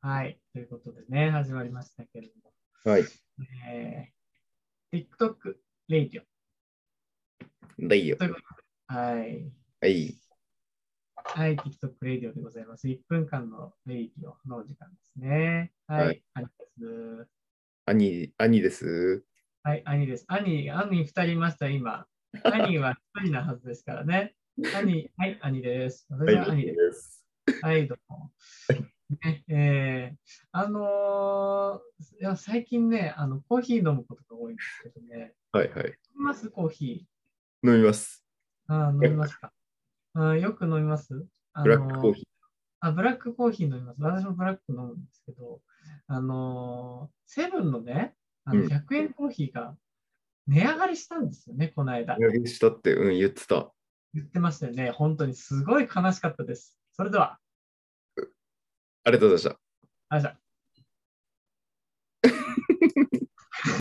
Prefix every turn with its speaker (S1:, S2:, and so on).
S1: はい。ということでね、始まりましたけれども。
S2: はい。
S1: えー、TikTok レイディ
S2: だいよ。
S1: オ。はい。
S2: はい。
S1: はい、TikTok レイディオでございます。1分間のレイディオのお時間ですね。はい。
S2: は
S1: 兄です。
S2: 兄、兄です。
S1: はい、兄です。兄、兄2人いました、今。兄は1人なはずですから ね。兄、はい、兄です。私は兄です。
S2: す。
S1: はい、どうも。ねえーあのーいや最近ねあの、コーヒー飲むことが多いんですけどね、
S2: はいはい。
S1: 飲みますコーヒ
S2: 飲みます。
S1: ー。あー飲みますかあーよく飲みますあ
S2: ブラックコーヒー。
S1: ーあ。ブラックコーヒー飲みます。私もブラック飲むんですけど、あのーセブンのね、あの
S2: うん
S1: 100円コーヒーが値上がりしたんですよね、この間。
S2: 値上げしたって、うん、言ってた。
S1: 言ってましたよね。本当にすごい悲しかったです。それでは、
S2: ありがとうござい
S1: あ
S2: ました。
S1: じゃあ